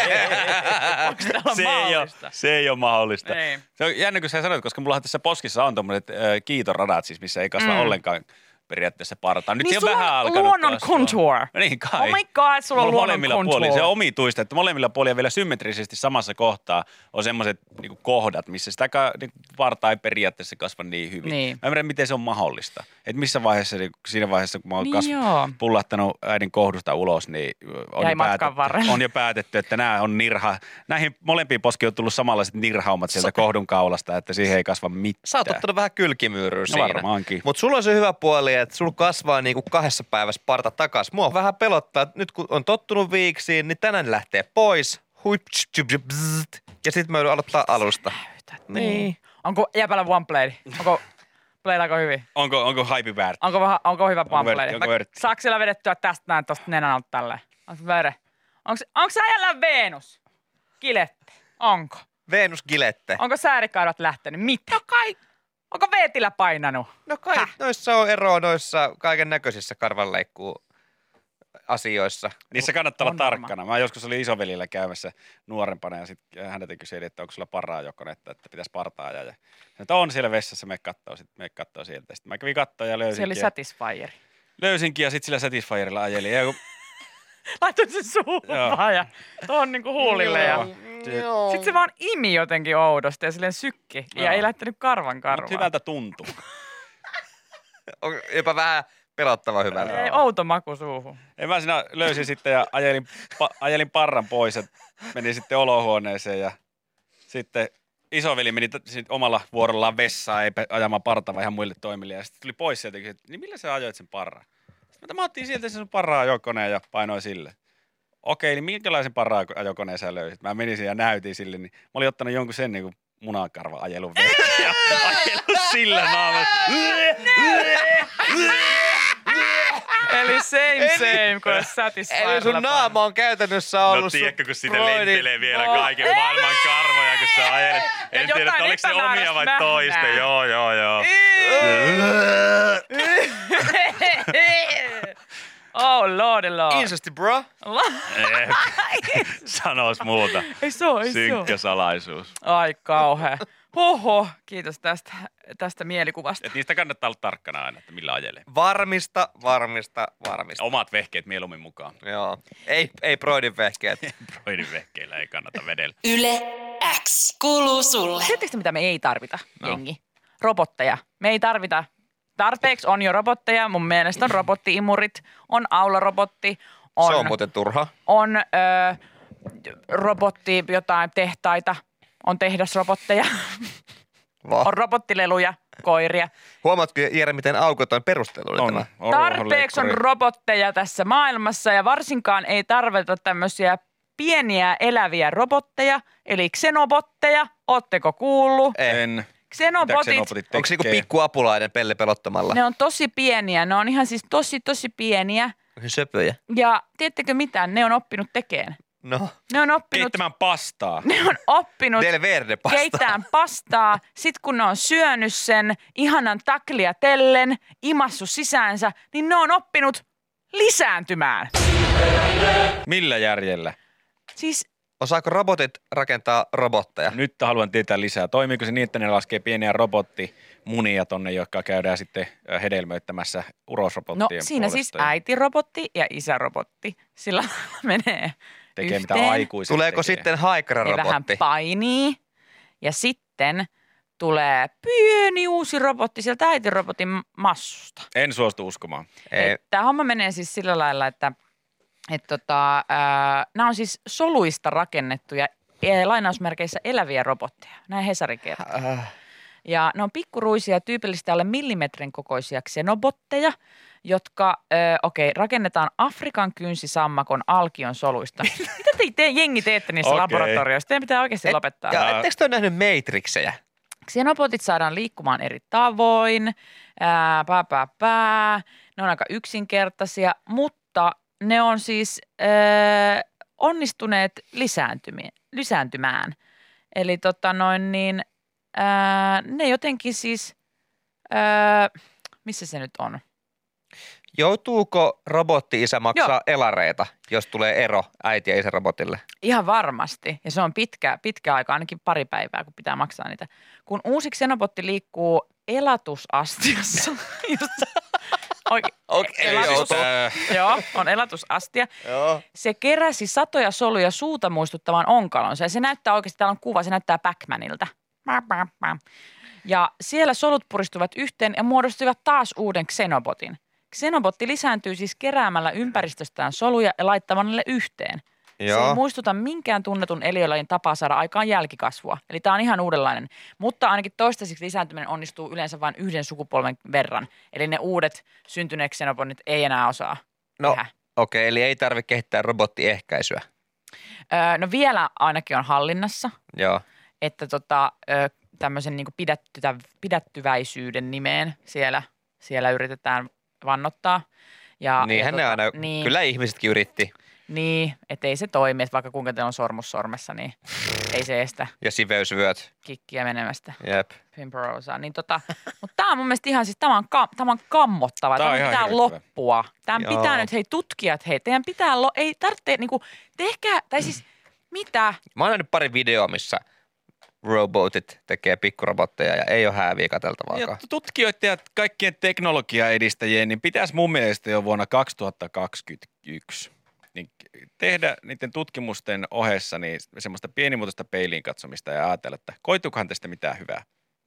Speaker 4: Onko täällä
Speaker 3: se, ei ole,
Speaker 4: mahdollista?
Speaker 3: se ei ole mahdollista.
Speaker 4: Ei.
Speaker 3: Se on jännä, kun sä sanoit, koska mullahan tässä poskissa on tuommoiset äh, kiitoradat, siis missä ei kasva
Speaker 4: Mm.
Speaker 3: mm. ollenkaan periaatteessa partaan. Nyt
Speaker 4: Niin
Speaker 3: se on
Speaker 4: sulla on
Speaker 3: vähän alkanut.
Speaker 4: luonnon
Speaker 3: taas olla.
Speaker 4: contour.
Speaker 3: Niin kai.
Speaker 4: Oh my god, sulla on
Speaker 3: Mulla
Speaker 4: luonnon
Speaker 3: molemmilla
Speaker 4: contour.
Speaker 3: puolilla. Se on omituista, että molemmilla puolilla vielä symmetrisesti samassa kohtaa on semmoiset niin kohdat, missä sitä ka, niin varta ei periaatteessa kasva niin hyvin.
Speaker 4: Niin.
Speaker 3: Mä en tiedä, miten se on mahdollista. Et missä vaiheessa, niin siinä vaiheessa, kun mä oon
Speaker 4: Niin
Speaker 3: niin
Speaker 4: joo.
Speaker 3: pullahtanut äidin kohdusta ulos, niin on
Speaker 4: Jäi
Speaker 3: jo,
Speaker 4: matkan
Speaker 3: päätetty,
Speaker 4: varrella.
Speaker 3: on jo päätetty, että nämä on nirha. Näihin molempiin poskiin on tullut samanlaiset nirhaumat sieltä kohdun kaulasta, että siihen ei kasva mitään.
Speaker 5: Sä oot ottanut vähän kylkimyyryä
Speaker 3: No
Speaker 5: siinä.
Speaker 3: varmaankin.
Speaker 5: Mutta sulla on se hyvä puoli, että sulla kasvaa niinku kahdessa päivässä parta takas. Mua vähän pelottaa, että nyt kun on tottunut viiksiin, niin tänään lähtee pois. Hui, tsch, tsch, tsch, bzzzt. ja sitten mä joudun aloittaa alusta. Niin.
Speaker 4: Onko jäpällä one blade? Onko, playlaako hyvin?
Speaker 3: Onko, onko haipi väärä?
Speaker 4: Onko, vähän, onko hyvä
Speaker 3: Onko
Speaker 4: one
Speaker 3: vörtti,
Speaker 4: blade?
Speaker 3: onko
Speaker 4: Vai
Speaker 3: vörtti?
Speaker 4: Saako sillä vedettyä tästä näin tosta nenän alta tälleen? Onko vere? Onko, onko sä jäljellä Venus? Kilette. Onko?
Speaker 5: Venus Gilette.
Speaker 4: Onko säärikaudat lähtenyt? Mitä? No kai. Onko veetillä painanut?
Speaker 5: No kai
Speaker 4: Häh?
Speaker 5: noissa on eroa noissa kaiken näköisissä karvanleikkuu asioissa.
Speaker 3: Niissä Niin kannattaa olla
Speaker 4: on varma.
Speaker 3: tarkkana. Mä joskus olin isovelillä käymässä nuorempana ja sitten häneltä kyselin, että onko sulla paraa jokon, että, että pitäisi partaa ajaa. Ja sanoin, että on siellä vessassa, me kattoo, sit, me kattoo sieltä. Sitten mä kävin kattoo ja
Speaker 4: Se oli
Speaker 3: löysinkin. Ja,
Speaker 4: satisfieri.
Speaker 3: löysinkin ja sitten sillä Satisfyerilla ajelin. Ja, kun-
Speaker 4: Laitoin sen suuhun
Speaker 3: Joo.
Speaker 4: vaan ja tuohon niinku huulille. Ja... Sitten se vaan imi jotenkin oudosti ja silleen sykki. Ja
Speaker 3: Joo.
Speaker 4: ei lähtenyt karvan
Speaker 3: Mut
Speaker 4: karvaan.
Speaker 3: hyvältä tuntuu.
Speaker 5: On jopa vähän pelottava hyvältä.
Speaker 4: Ei, outo maku suuhun.
Speaker 3: Ja mä siinä löysin sitten ja ajelin, pa, ajelin parran pois ja menin sitten olohuoneeseen ja sitten isoveli meni t- sit omalla vuorollaan vessaan ei pe- ajamaan partaa vaan ihan muille toimille. Ja sitten tuli pois sieltä ja kysyi, että niin millä sä ajoit sen parran? Sitten mä, mä otin sieltä sen sun parraa ajokoneen ja painoin sille. Okei, niin minkälaisen parraa ajokoneen sä löysit? Mä menin siihen ja näytin sille, niin mä olin ottanut jonkun sen niin munakarva ajelun vessaan ja ajellut sillä naamalla.
Speaker 4: Eli same
Speaker 5: Eli-
Speaker 4: same, kun olisi satisfier.
Speaker 5: Eli sun naama on käytännössä ollut
Speaker 3: No
Speaker 5: sun niin-
Speaker 3: tiedätkö, kun sitä
Speaker 5: Freudin-
Speaker 3: lentelee vielä
Speaker 4: Joo.
Speaker 3: kaiken maailman karvoja, kun sä ajelet.
Speaker 4: Ja
Speaker 3: En tiedä,
Speaker 4: jotain
Speaker 3: että oliko ne omia vai
Speaker 4: epämääräistä
Speaker 3: toista.
Speaker 4: nähdään.
Speaker 3: Joo, joo, joo.
Speaker 4: oh lordy lord.
Speaker 5: Insesti, bro.
Speaker 3: Eh, Sanois muuta.
Speaker 4: ei se oo, ei se oo.
Speaker 3: Synkkä salaisuus.
Speaker 4: Ai kauhea. Hoho, kiitos tästä, tästä mielikuvasta.
Speaker 3: Et niistä kannattaa olla tarkkana aina, että millä ajelee.
Speaker 5: Varmista, varmista, varmista.
Speaker 3: Omat vehkeet mieluummin mukaan.
Speaker 5: Joo. Ei, ei Broidin vehkeet.
Speaker 3: Broidin vehkeillä ei kannata vedellä.
Speaker 2: Yle X kuuluu sulle.
Speaker 4: Tiedättekö te, mitä me ei tarvita, no. jengi? Robotteja. Me ei tarvita. Tarpeeksi on jo robotteja. Mun mielestä on robottiimurit, on aularobotti, on,
Speaker 5: Se on muuten turha.
Speaker 4: on ö, robotti jotain tehtaita, on tehdasrobotteja,
Speaker 5: Va-
Speaker 4: on robottileluja, koiria.
Speaker 5: Huomaatko Jere, miten aukot on perusteluilla tämä?
Speaker 4: tarpeeksi on
Speaker 3: ruohonleikkuri.
Speaker 4: robotteja tässä maailmassa ja varsinkaan ei tarvita tämmöisiä pieniä eläviä robotteja, eli xenobotteja. Ootteko kuullut?
Speaker 5: Ei.
Speaker 3: En. Mitä
Speaker 4: Xenobotit,
Speaker 3: xenobotit
Speaker 5: Onko se joku
Speaker 3: tekee?
Speaker 5: pikkuapulainen niinku pelle pelottamalla?
Speaker 4: ne on tosi pieniä. Ne on ihan siis tosi, tosi pieniä.
Speaker 5: Söpöjä.
Speaker 4: Ja tiedättekö mitä? Ne on oppinut tekeen.
Speaker 5: No.
Speaker 4: Ne on oppinut,
Speaker 3: Keittämään pastaa.
Speaker 4: ne on oppinut
Speaker 5: Del Verde pasta.
Speaker 4: keittämään pastaa. Sitten kun ne on syönyt sen ihanan taklia tellen, imassu sisäänsä, niin ne on oppinut lisääntymään.
Speaker 3: Millä järjellä?
Speaker 4: Siis
Speaker 5: Osaako robotit rakentaa robotteja?
Speaker 3: Nyt haluan tietää lisää. Toimiiko se niin, että ne laskee pieniä robottimunia tonne, jotka käydään sitten ö, hedelmöittämässä
Speaker 4: No
Speaker 3: urosrobottien
Speaker 4: siinä siis
Speaker 3: puolesta ja
Speaker 4: äitirobotti ja isärobotti. Sillä lailla menee
Speaker 3: tekee
Speaker 4: yhteen.
Speaker 3: mitä aikuiset
Speaker 5: Tuleeko
Speaker 3: tekee.
Speaker 5: sitten
Speaker 4: Ne Niin, vähän
Speaker 5: haikara-robotti?
Speaker 4: painii. Ja sitten tulee pieni uusi robotti sieltä äitirobotin massusta.
Speaker 3: En suostu uskomaan.
Speaker 5: Ei.
Speaker 4: Tämä homma menee siis sillä lailla, että et tota, nämä on siis soluista rakennettuja eh, lainausmerkeissä eläviä robotteja. Näin Hesari kertoo.
Speaker 5: Äh,
Speaker 4: Ja ne on pikkuruisia, tyypillisesti alle millimetrin kokoisia xenobotteja, jotka, ö, okei, rakennetaan Afrikan kynsisammakon alkion soluista. Mitä te, te jengi teette niissä
Speaker 3: Okei.
Speaker 4: okay. laboratorioissa? Teidän pitää oikeasti
Speaker 5: Et-
Speaker 4: Et, lopettaa.
Speaker 5: ja
Speaker 3: Tää-
Speaker 5: ettekö te ole nähnyt Matrixejä?
Speaker 4: Xenobotit saadaan liikkumaan eri tavoin, ää, pää, pää, pää. Ne on aika yksinkertaisia, mutta ne on siis ää, onnistuneet lisääntymi- lisääntymään. Eli tota noin niin, ää, ne jotenkin siis, ää, missä se nyt on?
Speaker 5: Joutuuko robotti-isä maksaa Joo. elareita, jos tulee ero äiti ja isä robotille?
Speaker 4: Ihan varmasti, ja se on pitkä, pitkä aika, ainakin pari päivää, kun pitää maksaa niitä. Kun uusi xenobotti liikkuu elatusastiassa, just Oike-
Speaker 5: Okei,
Speaker 4: elatus-
Speaker 5: joo, to-
Speaker 4: Joo, on elatusastia.
Speaker 5: Joo.
Speaker 4: Se keräsi satoja soluja suuta muistuttavan onkalonsa. Ja se näyttää oikeasti, täällä on kuva, se näyttää Pac-Manilta. Mä, mä, mä. Ja siellä solut puristuvat yhteen ja muodostivat taas uuden Xenobotin. Xenobotti lisääntyy siis keräämällä ympäristöstään soluja ja laittamalla ne yhteen. Se ei
Speaker 5: Joo.
Speaker 4: muistuta minkään tunnetun eliölajin tapaa saada aikaan jälkikasvua. Eli tämä on ihan uudenlainen. Mutta ainakin toistaiseksi lisääntyminen onnistuu yleensä vain yhden sukupolven verran. Eli ne uudet syntyneet xenobonit ei enää osaa
Speaker 5: No
Speaker 4: tehdä.
Speaker 5: okei, eli ei tarvitse kehittää robottiehkäisyä.
Speaker 4: Öö, no vielä ainakin on hallinnassa,
Speaker 5: Joo.
Speaker 4: että tota, öö, tämmöisen niin pidättytä, pidättyväisyyden nimeen siellä, siellä yritetään vannottaa. Ja,
Speaker 5: Ah, Niinhän
Speaker 4: ja
Speaker 5: ne aina, niin.
Speaker 4: niin,
Speaker 5: kyllä ihmisetkin yritti
Speaker 4: Niin, ettei se toimi, että vaikka kuinka teillä on sormus sormessa, niin ei se estä
Speaker 5: ja siveysvyöt.
Speaker 4: kikkiä menemästä.
Speaker 5: Jep.
Speaker 4: Pimporosa. Niin tota, mutta tämä on mun mielestä ihan siis, tämä on, ka, tämä on kammottava.
Speaker 3: Tää on
Speaker 4: Tämä
Speaker 3: ihan
Speaker 4: pitää
Speaker 3: hirvittävää.
Speaker 4: loppua. Tämän
Speaker 5: Joo.
Speaker 4: pitää nyt, hei tutkijat, hei, teidän pitää, lo, ei tarvitse, niinku, tehkää, tai siis mitä?
Speaker 5: Mä oon nähnyt pari videoa, missä robotit tekee pikkurobotteja ja ei ole hääviä
Speaker 3: Ja
Speaker 5: katseltavaakaan.
Speaker 3: tutkijoiden ja kaikkien teknologiaedistäjien, niin pitäisi mun mielestä jo vuonna 2021 niin tehdä niiden tutkimusten ohessa niin semmoista pienimuotoista peiliin katsomista ja ajatella, että koitukohan tästä mitään hyvää.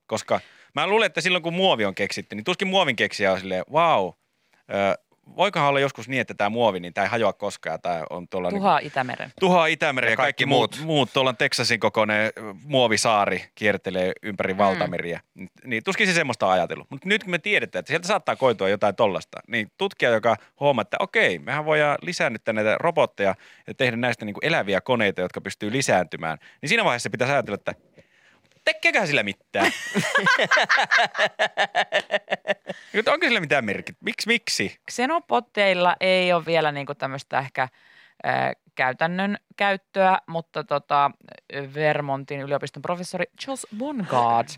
Speaker 3: Koska mä luulen, että silloin kun muovi on keksitty, niin tuskin muovin keksijä on silleen, vau, ö, voikohan olla joskus niin, että tämä muovi, niin tämä ei hajoa koskaan, tai on tuolla niin
Speaker 4: Tuhaa Itämeren.
Speaker 3: tuhoaa Itämeren ja kaikki,
Speaker 5: kaikki
Speaker 3: muut.
Speaker 5: muut.
Speaker 3: muut. Tuolla on Texasin kokoinen muovisaari kiertelee
Speaker 4: Mm.
Speaker 3: ympäri valtameriä. Niin- Niin tuskin se semmoista on ajatellut. Mutta nyt kun me tiedetään, että sieltä saattaa koitua jotain tollasta, niin tutkija, joka huomaa, että okei, mehän voidaan lisää nyt näitä robotteja ja tehdä näistä niin kuin eläviä koneita, jotka pystyy lisääntymään, niin siinä vaiheessa pitäisi ajatella, että tekeekö sillä mitään? Niin, että Onko sillä mitään merkitystä? Miksi, miksi?
Speaker 4: Xenopotteilla ei ole vielä niinku tämmöistä ehkä ö, käytännön käyttöä, mutta tota, Vermontin yliopiston professori Jos Bongard ö,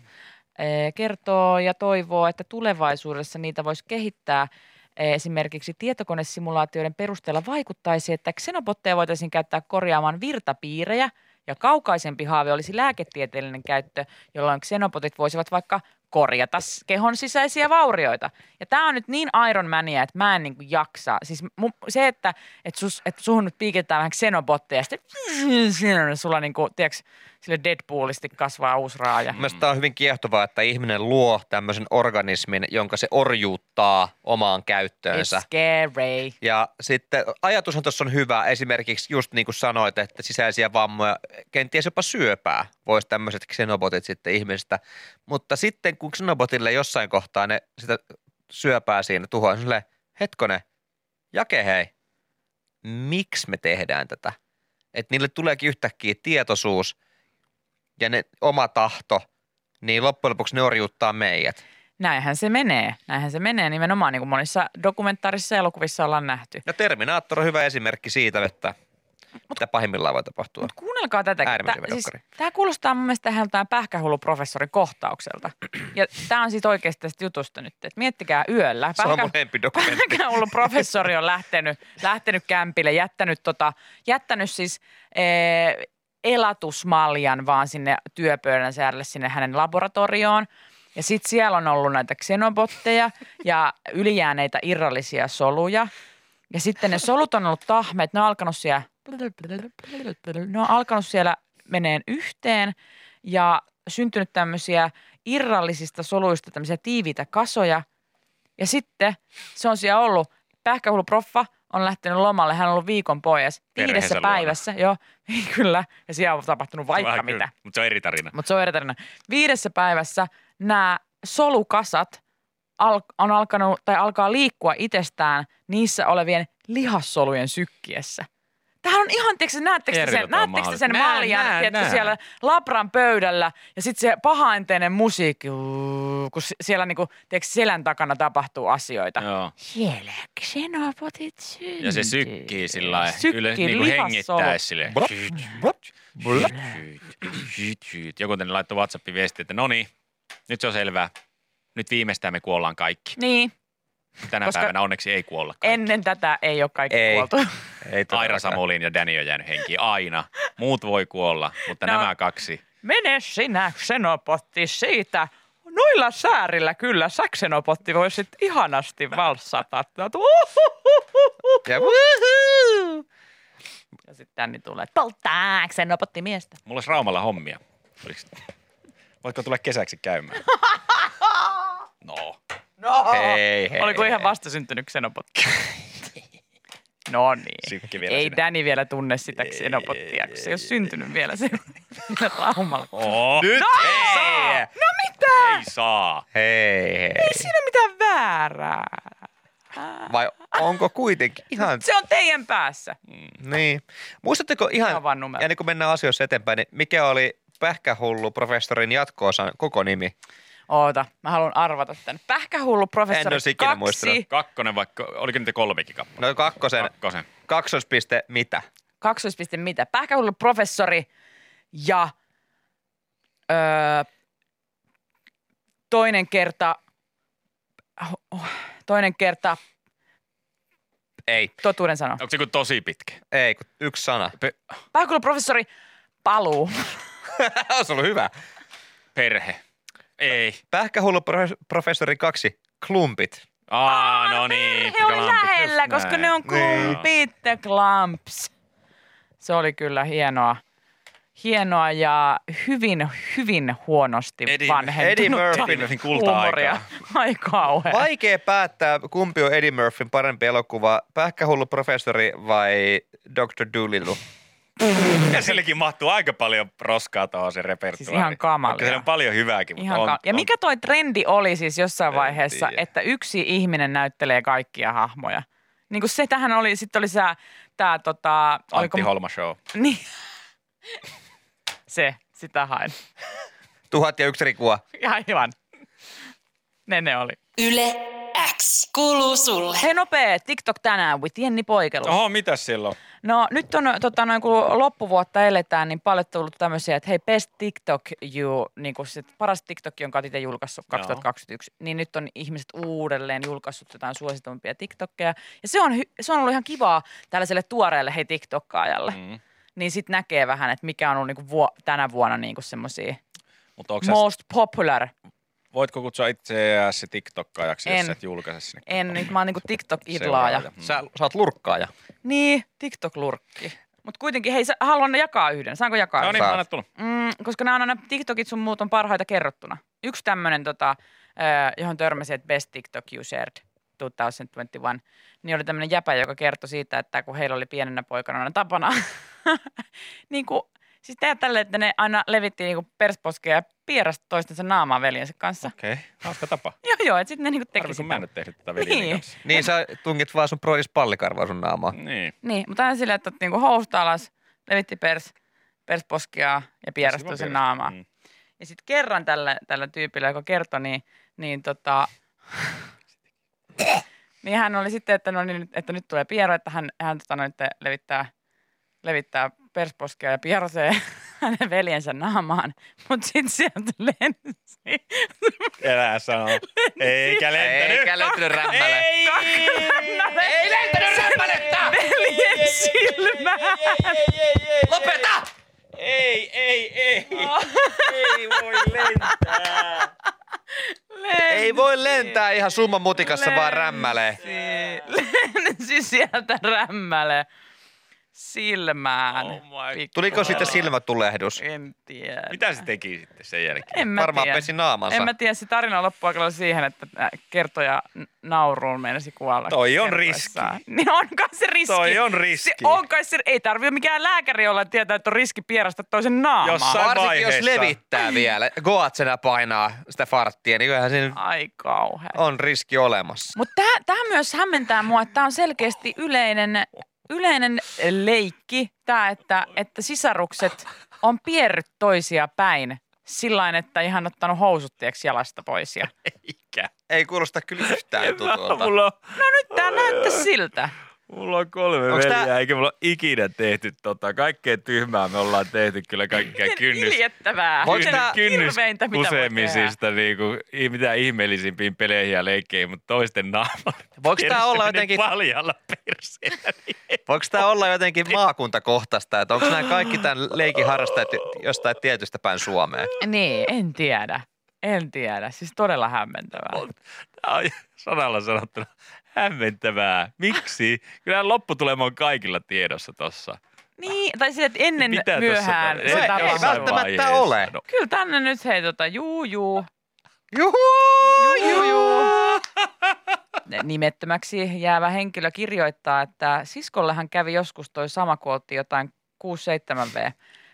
Speaker 4: eh, kertoo ja toivoo, että tulevaisuudessa niitä voisi kehittää ö, esimerkiksi tietokonesimulaatioiden perusteella vaikuttaisi, että xenobotteja voitaisiin käyttää korjaamaan virtapiirejä ja kaukaisempi haave olisi lääketieteellinen käyttö, jolloin xenopotit voisivat vaikka korjata s- kehon sisäisiä vaurioita. Ja tämä on nyt niin Iron Mania, että mä en niinku jaksa. Siis mu- se, että et sus, et suhun nyt piikitetään vähän xenobotteja ja sitten siinä sulla niinku, tiiäks, sille Deadpoolisti kasvaa uusi raaja.
Speaker 5: Mielestäni tämä on hyvin kiehtovaa, että ihminen luo tämmöisen organismin, jonka se orjuuttaa omaan
Speaker 4: It's
Speaker 5: käyttöönsä.
Speaker 4: scary.
Speaker 5: Ja sitten ajatushan tuossa on hyvä, esimerkiksi just niin kuin sanoit, että sisäisiä vammoja, kenties jopa syöpää, voisi tämmöiset xenobotit sitten ihmistä. Mutta sitten kun xenobotille jossain kohtaa ne sitä syöpää siinä tuhoaa, niin sille, hetkone, jake hei, miksi me tehdään tätä? Että niille tuleekin yhtäkkiä tietoisuus ja ne oma tahto, niin loppujen lopuksi ne orjuuttaa meidät.
Speaker 4: Näinhän se menee. Näinhän se menee nimenomaan, niin kuin monissa dokumentaarisissa elokuvissa ollaan nähty.
Speaker 5: Ja Terminaattor on hyvä esimerkki siitä, että mitä pahimmillaan voi tapahtua.
Speaker 4: Mutta kuunnelkaa tätä.
Speaker 5: Äärimmäisen
Speaker 4: Tää-
Speaker 5: hyvä
Speaker 4: siis,
Speaker 5: dokkari.
Speaker 4: tämä kuulostaa mun mielestä ihan tämän pähkähulluprofessorin kohtaukselta. Ja tämä on siitä oikeasti tästä jutusta nyt. Et miettikää yöllä.
Speaker 5: Se on
Speaker 4: Pähkä-
Speaker 5: mun lempidokumentti.
Speaker 4: Pähkähullun professori on lähtenyt, lähtenyt kämpille, jättänyt, tota, jättänyt siis ee, elatusmaljan vaan sinne työpöydän äärelle sinne hänen laboratorioon. Ja sitten siellä on ollut näitä xenobotteja ja ylijääneitä irrallisia soluja. Ja sitten ne solut on ollut tahmeet, ne on alkanut siellä, ne on alkanut siellä meneen yhteen ja syntynyt tämmöisiä irrallisista soluista tämmöisiä tiiviitä kasoja. Ja sitten se on siellä ollut, pähkähulluproffa on lähtenyt lomalle, hän on ollut viikon pois.
Speaker 3: Perheensä
Speaker 4: Viidessä
Speaker 3: luona.
Speaker 4: päivässä, joo, kyllä. Ja siellä on tapahtunut vaikka
Speaker 3: Vähän kyllä,
Speaker 4: mitä.
Speaker 3: Mutta se on eri tarina.
Speaker 4: Mutta se on eri tarina. Viidessä päivässä nämä solukasat al- on alkanut, tai alkaa liikkua itsestään niissä olevien lihassolujen sykkiessä. Tämähän on ihan, tiedätkö, näettekö te sen,
Speaker 3: Kerrotaan
Speaker 4: näettekö te sen
Speaker 3: mahdollista. Näen,
Speaker 4: maljan,
Speaker 3: näen,
Speaker 4: tiedätkö,
Speaker 3: näen.
Speaker 4: siellä labran pöydällä ja sitten se pahaenteinen musiikki, uu, kun s- siellä niinku, tiedätkö, selän takana tapahtuu asioita.
Speaker 3: Joo.
Speaker 4: Siellä xenopotit syntyy.
Speaker 3: Ja se sykkii sillä lailla,
Speaker 4: Sykkii
Speaker 3: yle, niin kuin
Speaker 4: lihassolu.
Speaker 3: hengittäessä silleen.
Speaker 5: Blop, blop, blop.
Speaker 3: Syyt, syyt, syyt. Joku tänne laittoi WhatsAppin viesti, että no niin, nyt se on selvää. Nyt viimeistään me kuollaan kaikki.
Speaker 4: Niin,
Speaker 3: Tänä
Speaker 4: Koska-
Speaker 3: Koska päivänä onneksi ei kuolla kaikki.
Speaker 4: ennen tätä ei ole kaikki
Speaker 5: Ei.
Speaker 4: kuoltu.
Speaker 5: Ei
Speaker 3: Aira
Speaker 5: todellakaan.
Speaker 3: Samolin ja Dani on jäänyt henkiin aina. Muut voi kuolla, mutta
Speaker 4: No.
Speaker 3: nämä kaksi.
Speaker 4: Mene sinä, xenopotti, siitä noilla säärillä kyllä saksenopotti voi sitten ihanasti valssata. Täältä, uhuhuhuhu.
Speaker 5: Ja
Speaker 4: Ja sitten tänne tulee, että polttaa saksenopotti miestä.
Speaker 3: Mulla olisi Raumalla hommia. Oliks- Voitko tulla kesäksi käymään? No.
Speaker 4: No.
Speaker 5: Hei, hei.
Speaker 4: Oliko ihan vastasyntynyt ksenopotti? No niin.
Speaker 3: Sykki vielä
Speaker 4: Ei
Speaker 3: sinne.
Speaker 4: Danny vielä tunne sitä ksenopottia, kun se ei ole syntynyt vielä se raumalla.
Speaker 3: Oh. Nyt
Speaker 5: Nyt
Speaker 3: ei
Speaker 5: hei.
Speaker 3: saa!
Speaker 4: No mitä?
Speaker 3: Ei saa.
Speaker 5: Hei, hei.
Speaker 4: Ei siinä mitään väärää.
Speaker 5: Vai onko kuitenkin ihan...
Speaker 4: Se on teidän päässä.
Speaker 5: Niin. Muistatteko
Speaker 4: Se
Speaker 5: ihan,
Speaker 4: on vaan numero.
Speaker 5: ja niin kun mennään asioissa eteenpäin, niin mikä oli pähkähullu professorin jatkoosan koko nimi?
Speaker 4: Oota, mä haluan arvata tämän. Pähkähullu
Speaker 5: En
Speaker 4: professori
Speaker 5: olisi ikinä muistanut.
Speaker 4: kaksi,
Speaker 3: Kakkonen vaikka, oliko niitä kolmekin kappale?
Speaker 5: No kakkosen,
Speaker 3: Kakkosen.
Speaker 5: kaksospiste mitä?
Speaker 4: kaksoispiste mitä? Pähkähullu professori ja öö, toinen kerta, oh, toinen kerta
Speaker 5: Ei.
Speaker 4: totuuden sano.
Speaker 5: No.
Speaker 3: Onko se kuin tosi pitkä?
Speaker 5: Ei, kun yksi sana.
Speaker 3: Pe-
Speaker 4: Pähkähullu professori paluu.
Speaker 5: Olisi ollut hyvä.
Speaker 3: perhe. Ei.
Speaker 5: Pähkähullu profe- professori kaksi, klumpit.
Speaker 3: Aa, no niin.
Speaker 4: He oli
Speaker 3: klampit,
Speaker 4: lähellä,
Speaker 3: just
Speaker 4: koska
Speaker 3: näin.
Speaker 4: ne on
Speaker 5: Niin.
Speaker 4: kumpit ja clamps. Se oli kyllä hienoa. Hienoa ja hyvin, hyvin huonosti
Speaker 3: Eddie-
Speaker 5: Eddie
Speaker 4: vanhentunutta
Speaker 5: Murphyn
Speaker 3: Eddie Murphyn kulta-aikaa.
Speaker 4: Ai kauhea.
Speaker 5: Vaikea päättää, kumpi on Eddie Murphyn parempi elokuva, pähkähullu professori vai Dr. Doolittle.
Speaker 3: Ja silläkin mahtuu aika paljon roskaa tuohon se repertuaari.
Speaker 4: Siis ihan kamalia.
Speaker 3: Siellä on paljon hyvääkin. mutta
Speaker 4: Ihan
Speaker 3: on,
Speaker 4: ka- ja
Speaker 3: on-
Speaker 4: mikä toi trendi oli siis jossain
Speaker 5: En
Speaker 4: vaiheessa,
Speaker 5: tiedä.
Speaker 4: että yksi ihminen näyttelee kaikkia hahmoja? Niin kuin se tähän oli, sitten oli se, tää tota...
Speaker 3: Antti Holma show.
Speaker 4: Niin. Se, sitä hain.
Speaker 5: Tuhat ja yksi rikua.
Speaker 4: Aivan. Ne ne oli.
Speaker 2: Yle X kuuluu sulle.
Speaker 4: Hei nopee, TikTok tänään with Jenni Poikelu.
Speaker 3: Oho, mitäs siellä on?
Speaker 4: No nyt on tota, noin, kun loppuvuotta eletään, niin paljon tullut tämmöisiä, että hei best TikTok you, niin kuin sit paras TikTok, jonka olet itse julkaissut 2021, niin nyt on ihmiset uudelleen julkaissut jotain suositumpia TikTokkeja. Ja se on, hy- se on ollut ihan kivaa tällaiselle tuoreelle hei TikTokkaajalle. Mm.
Speaker 3: Mm.
Speaker 4: Niin sitten näkee vähän, että mikä on ollut niin kuin vuo- tänä vuonna niin kuin semmoisia
Speaker 3: Mutta
Speaker 4: most popular
Speaker 3: voitko kutsua itseäsi TikTokkaajaksi, jos
Speaker 4: En.
Speaker 3: sä et julkaise sinne? Mm.
Speaker 4: En, nyt mä oon niinku TikTok-idlaaja.
Speaker 3: Seuraaja.
Speaker 5: Sä, sä oot lurkkaaja.
Speaker 4: Niin, TikTok-lurkki. Mutta kuitenkin, hei, sä, haluan jakaa yhden. Saanko jakaa?
Speaker 3: No
Speaker 4: yhden?
Speaker 3: niin, anna tulla.
Speaker 4: Mm, koska nämä on aina, TikTokit sun muut on parhaita kerrottuna. Yksi tämmönen, tota, ö, johon törmäsin, että best TikTok you shared 2021, niin oli tämmöinen jäpä, joka kertoi siitä, että kun heillä oli pienenä poikana aina tapana, niin kuin, siis tehdä tälle, että ne aina levitti niinku persposkia ja pierasta toistensa naamaa veljensä kanssa.
Speaker 3: Okei, okay. hauska tapa.
Speaker 4: Joo, joo, että sitten ne niinku teki
Speaker 3: Harvi, Oh. kun
Speaker 4: sitä.
Speaker 3: mä en nyt tehnyt tätä veljeni
Speaker 4: Niin.
Speaker 3: kanssa.
Speaker 5: Niin sä tungit vaan sun prois pallikarvaa sun naamaa.
Speaker 3: Niin.
Speaker 4: Niin, mutta aina silleen, että otti niinku housut alas, levitti pers, persposkia ja
Speaker 3: Siinä
Speaker 4: pierastui sen
Speaker 3: pieräs-
Speaker 4: naamaa.
Speaker 3: Mm.
Speaker 4: Ja sitten kerran tällä, tällä tyypillä, joka kertoi, niin, niin tota, niin hän oli sitten, että, no niin, että nyt tulee piero, että hän, hän tota, no, nyt levittää, levittää persposkia ja pierosee hänen veljensä naamaan. Mutta sitten sieltä lensi
Speaker 3: Elää sanoo.
Speaker 4: Niin.
Speaker 3: Eikä lentänyt.
Speaker 5: Eikä lentänyt rämmälle.
Speaker 3: Ei.
Speaker 5: Ei lentänyt rämpälettä!
Speaker 4: veljen silmään.
Speaker 5: Lopeta!
Speaker 3: Ei, ei, ei. Ei voi lentää.
Speaker 5: Ei voi lentää ihan summan mutikassa, vaan rämmälee.
Speaker 4: lensi sieltä rämmäle silmään.
Speaker 3: Oh my
Speaker 4: Pikku-
Speaker 5: Tuliko sitten silmätulehdus?
Speaker 4: En tiedä.
Speaker 3: Mitä se teki sitten sen jälkeen?
Speaker 4: En mä
Speaker 5: Varmaan
Speaker 4: tiedä.
Speaker 5: pesi naamansa.
Speaker 4: En mä tiedä, se tarina loppui aika lailla siihen, että nää kertoja n- nauruun meinasi kuolla.
Speaker 3: Toi on
Speaker 4: kertoessaan. Niin on kai se riski.
Speaker 3: Toi on
Speaker 4: Se
Speaker 3: riski.
Speaker 4: on kai se, ei tarvi ole mikään lääkäri olla että tietää, että on riski pierasta toisen naamaa.
Speaker 3: Jos sä-
Speaker 5: Varsinkin jos
Speaker 3: vaiheessa.
Speaker 5: levittää vielä, goatsena painaa sitä farttia, niin kyllähän siinä
Speaker 4: Ai kauhea.
Speaker 5: on riski olemassa.
Speaker 4: Mutta tämä myös hämmentää mua, että tämä on selkeästi yleinen, yleinen leikki, tämä, että, että sisarukset on pierryt toisia päin sillain, että ihan ottanut housut tieks jalasta pois. Ja...
Speaker 3: Ikä.
Speaker 5: Ei kuulosta kyllä yhtään tutulta.
Speaker 3: Mulla on,
Speaker 4: Tämä No näyttää siltä.
Speaker 3: mulla on kolme
Speaker 5: Onks
Speaker 3: veljeä,
Speaker 5: tää-
Speaker 3: eikä mulla ole ikinä tehty tota. Kaikkea tyhmää me ollaan tehty kyllä
Speaker 4: Niin
Speaker 3: kaikkea kynnys.
Speaker 4: Iljettävää.
Speaker 5: Voiko
Speaker 4: Se
Speaker 5: tää-
Speaker 4: on hirveintä, mitä voi
Speaker 5: siis-
Speaker 4: tehdä.
Speaker 3: kusemisista, niinku, ei mitään ihmeellisimpiin peleihin ja leikkeihin, mutta toisten naamat.
Speaker 5: Voiko tää olla
Speaker 3: Perseminen
Speaker 5: jotenkin-
Speaker 3: Paljalla perseellä. niin-
Speaker 5: Voiko tämä olla jotenkin maakuntakohtaista, että onko nämä kaikki tämän leikin harrastajat jostain tietystä päin Suomeen?
Speaker 4: Niin, en tiedä. En tiedä, siis todella hämmentävää.
Speaker 3: Tämä on sanalla sanottuna hämmentävää. Miksi? Kyllä lopputulema on kaikilla tiedossa tossa.
Speaker 4: Niin, tai siis, että ennen
Speaker 3: Mitä tossa
Speaker 4: myöhään
Speaker 3: tar-
Speaker 5: No
Speaker 4: se
Speaker 5: ei- ei
Speaker 4: tapahtuu.
Speaker 5: välttämättä ole.
Speaker 3: No,
Speaker 4: Kyllä tänne nyt hei tota, juu juu,
Speaker 5: Juhu!
Speaker 4: juu juu. Nimettömäksi jäävä henkilö kirjoittaa, että siskollehan kävi joskus toi sama, kun oltiin jotain 6-7V.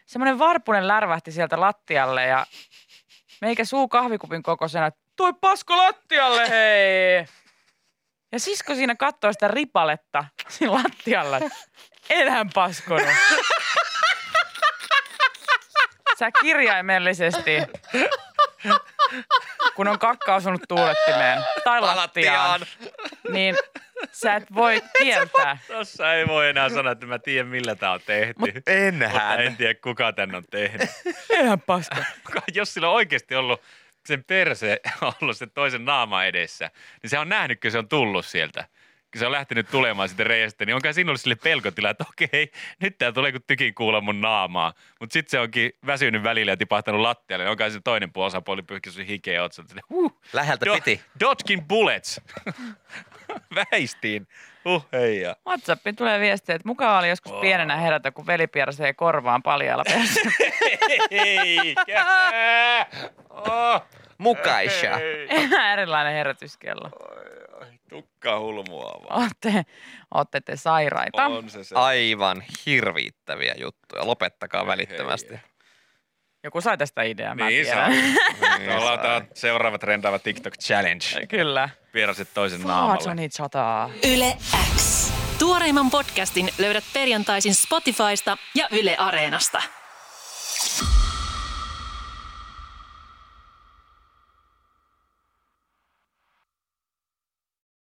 Speaker 4: Semmoinen varpunen lärvähti sieltä lattialle ja meikä suu kahvikupin kokoisena, että toi pasko lattialle hei! Ja sisko siinä katsoi sitä ripaletta siinä lattialla, että enhän paskonut. Sä kirjaimellisesti, kun on kakka osunut tuulettimeen tai lattiaan,
Speaker 5: Lattiaan.
Speaker 4: niin sä et voi kieltää.
Speaker 3: tossa ei voi enää sanoa, että mä tiedän millä tää on tehty. Mut, mutta en
Speaker 5: Enhän.
Speaker 3: tiedä kuka tän on tehnyt.
Speaker 4: Eihän paska.
Speaker 3: Jos sillä on oikeasti ollut sen perse ollut sen toisen naama edessä, niin se on nähnyt, kun se on tullut sieltä. Kun se on lähtenyt tulemaan sitten reiästä, niin onkaan siinä ollut sille pelkotila, että okei, nyt tää tulee kuin tykin kuulla mun naamaa. Mutta sitten se onkin väsynyt välillä ja tipahtanut lattialle, niin onkaan se toinen puoli osapuoli pyyhkäissyt hikeä otsalta. silleen, Huh,
Speaker 5: Läheltä
Speaker 3: do,
Speaker 5: piti.
Speaker 3: Dodging bullets. Väistiin. Uh, Huh, heija.
Speaker 4: WhatsAppiin tulee viesti, että mukava oli joskus pienenä herätä, kun veli piersee korvaan paljalla perseen.
Speaker 3: Eikä. Oh.
Speaker 5: Mukaisha.
Speaker 4: Ihan erilainen herätyskello.
Speaker 3: Tukka hulmuavaa.
Speaker 4: Ootte, ootte te sairaita.
Speaker 3: On se se.
Speaker 5: Aivan hirviittäviä juttuja. Lopettakaa välittömästi.
Speaker 4: Joku sai tästä ideaa, mä
Speaker 3: Niin saa.
Speaker 4: tiedän.
Speaker 5: Niin
Speaker 3: Me ollaan
Speaker 5: saa.
Speaker 3: tää seuraava trendaava TikTok challenge.
Speaker 4: Kyllä.
Speaker 3: Vierasit toisen naamalle.
Speaker 4: Fatsoni chataa.
Speaker 2: Yle X. Tuoreimman podcastin löydät perjantaisin Spotifysta ja Yle Areenasta.